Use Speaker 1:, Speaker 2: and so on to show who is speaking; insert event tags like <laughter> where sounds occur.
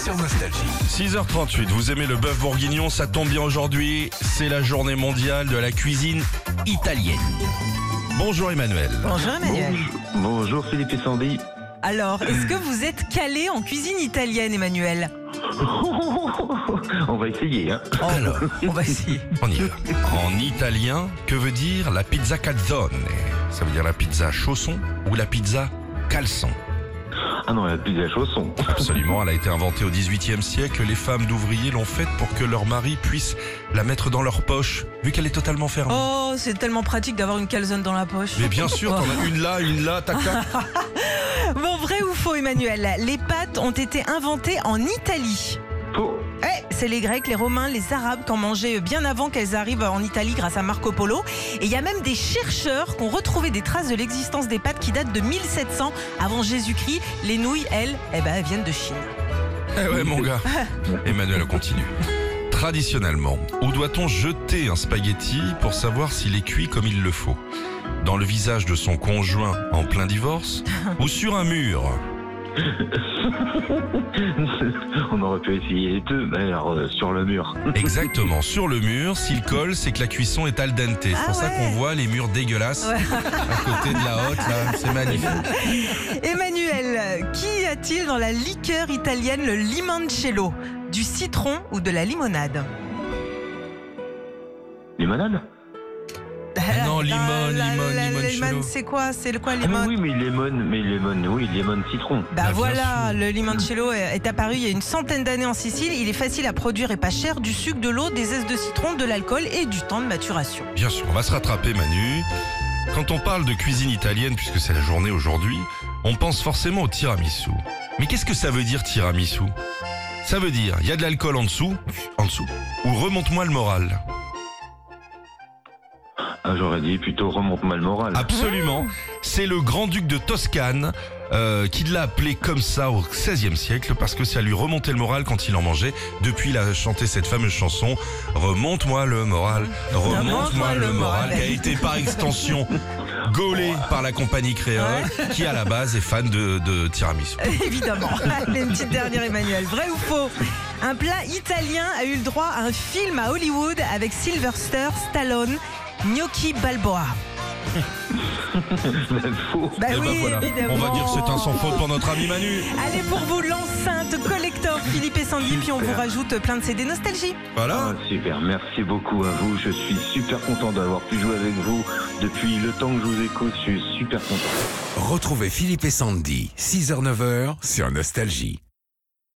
Speaker 1: sur Nostalgie.
Speaker 2: 6h38, vous aimez le bœuf bourguignon, ça tombe bien aujourd'hui, c'est la journée mondiale de la cuisine italienne. Bonjour Emmanuel.
Speaker 3: Bonjour Emmanuel.
Speaker 4: Bonjour Philippe et Sandy. <laughs>
Speaker 3: Alors, est-ce que vous êtes calé en cuisine italienne, Emmanuel
Speaker 4: On va essayer. Hein.
Speaker 2: Alors,
Speaker 3: On
Speaker 2: <laughs>
Speaker 3: va essayer.
Speaker 2: on y va. En italien, que veut dire la pizza calzone Ça veut dire la pizza chausson ou la pizza caleçon
Speaker 4: Ah non, la pizza chausson.
Speaker 2: Absolument, elle a été inventée au XVIIIe siècle. Les femmes d'ouvriers l'ont faite pour que leur mari puisse la mettre dans leur poche, vu qu'elle est totalement fermée.
Speaker 3: Oh, c'est tellement pratique d'avoir une calzone dans la poche.
Speaker 2: Mais bien sûr, t'en as une là, une là, tac tac.
Speaker 3: <laughs> Bon, vrai ou faux, Emmanuel Les pâtes ont été inventées en Italie.
Speaker 4: Faux.
Speaker 3: Eh, c'est les Grecs, les Romains, les Arabes qui en mangeaient bien avant qu'elles arrivent en Italie grâce à Marco Polo. Et il y a même des chercheurs qui ont retrouvé des traces de l'existence des pâtes qui datent de 1700 avant Jésus-Christ. Les nouilles, elles, eh ben, elles viennent de Chine.
Speaker 2: Eh ouais, mon
Speaker 3: <laughs>
Speaker 2: gars. Emmanuel on continue. Traditionnellement, où doit-on jeter un spaghetti pour savoir s'il est cuit comme il le faut Dans le visage de son conjoint en plein
Speaker 3: <laughs>
Speaker 2: divorce ou sur un mur
Speaker 4: <laughs> On aurait pu essayer les deux, mais alors euh, sur le mur.
Speaker 2: Exactement, sur le mur, s'il colle, c'est que la cuisson est al dente. C'est pour
Speaker 3: Ah
Speaker 2: ça
Speaker 3: ouais.
Speaker 2: qu'on voit les murs dégueulasses
Speaker 3: Ouais.
Speaker 2: à côté de la hotte, là, c'est magnifique.
Speaker 3: Emmanuel, qu'y a-t-il dans la liqueur italienne, le limoncello Du citron ou de la limonade
Speaker 4: Limonade
Speaker 2: non, limon,
Speaker 3: Ah, la-
Speaker 2: limon,
Speaker 3: la- la-
Speaker 2: limoncello.
Speaker 3: limon, C'est quoi C'est le quoi,
Speaker 4: Ah
Speaker 3: limon
Speaker 4: Oui, mais lemon, mais lemon, oui, lemon citron.
Speaker 3: Bah
Speaker 2: bien
Speaker 3: voilà,
Speaker 2: sûr.
Speaker 3: le limoncello est est apparu il y a une centaine d'années en Sicile. Il est facile à produire et pas cher. Du sucre, de l'eau, des zestes de citron, de l'alcool et du temps de maturation. <laughs>
Speaker 2: Bien sûr, on va se rattraper Manu. Quand on parle de cuisine italienne, puisque c'est la journée aujourd'hui, on pense forcément au tiramisu. Mais qu'est-ce que ça veut dire tiramisu Ça veut dire, il y a de l'alcool en dessous, en dessous, ou remonte-moi le moral.
Speaker 4: Ah, J'aurais dit plutôt remonte-moi le moral.
Speaker 2: Ah, Absolument. C'est le grand-duc de Toscane euh, qui l'a appelé comme ça au XVIe siècle parce que ça lui remontait le moral quand il en mangeait. Depuis, il a chanté cette fameuse chanson Remonte-moi le moral, remonte-moi le moral, qui a été par extension gaulé par la compagnie créole qui à la base est fan de, de
Speaker 3: Eh
Speaker 2: tiramisu. <laughs>
Speaker 3: Évidemment. Allez, une petite dernière, Emmanuel. Vrai ou faux Un plat italien a eu le droit à un film à Hollywood avec Sylvester Stallone, Gnocchi Balboa.
Speaker 4: <laughs> Faux.
Speaker 3: Bah
Speaker 2: Eh ben
Speaker 3: oui,
Speaker 2: voilà,
Speaker 3: évidemment.
Speaker 2: on va dire que c'est un sans faute pour notre ami Manu.
Speaker 3: Allez pour vous l'enceinte collector Philippe et Sandy, puis on vous rajoute plein de CD nostalgie.
Speaker 2: Voilà.
Speaker 4: Ah, super, merci beaucoup à vous. Je suis super content d'avoir pu jouer avec vous. Depuis le temps que je vous écoute, je suis super content.
Speaker 1: Retrouvez Philippe et Sandy, 6h-9h sur Nostalgie.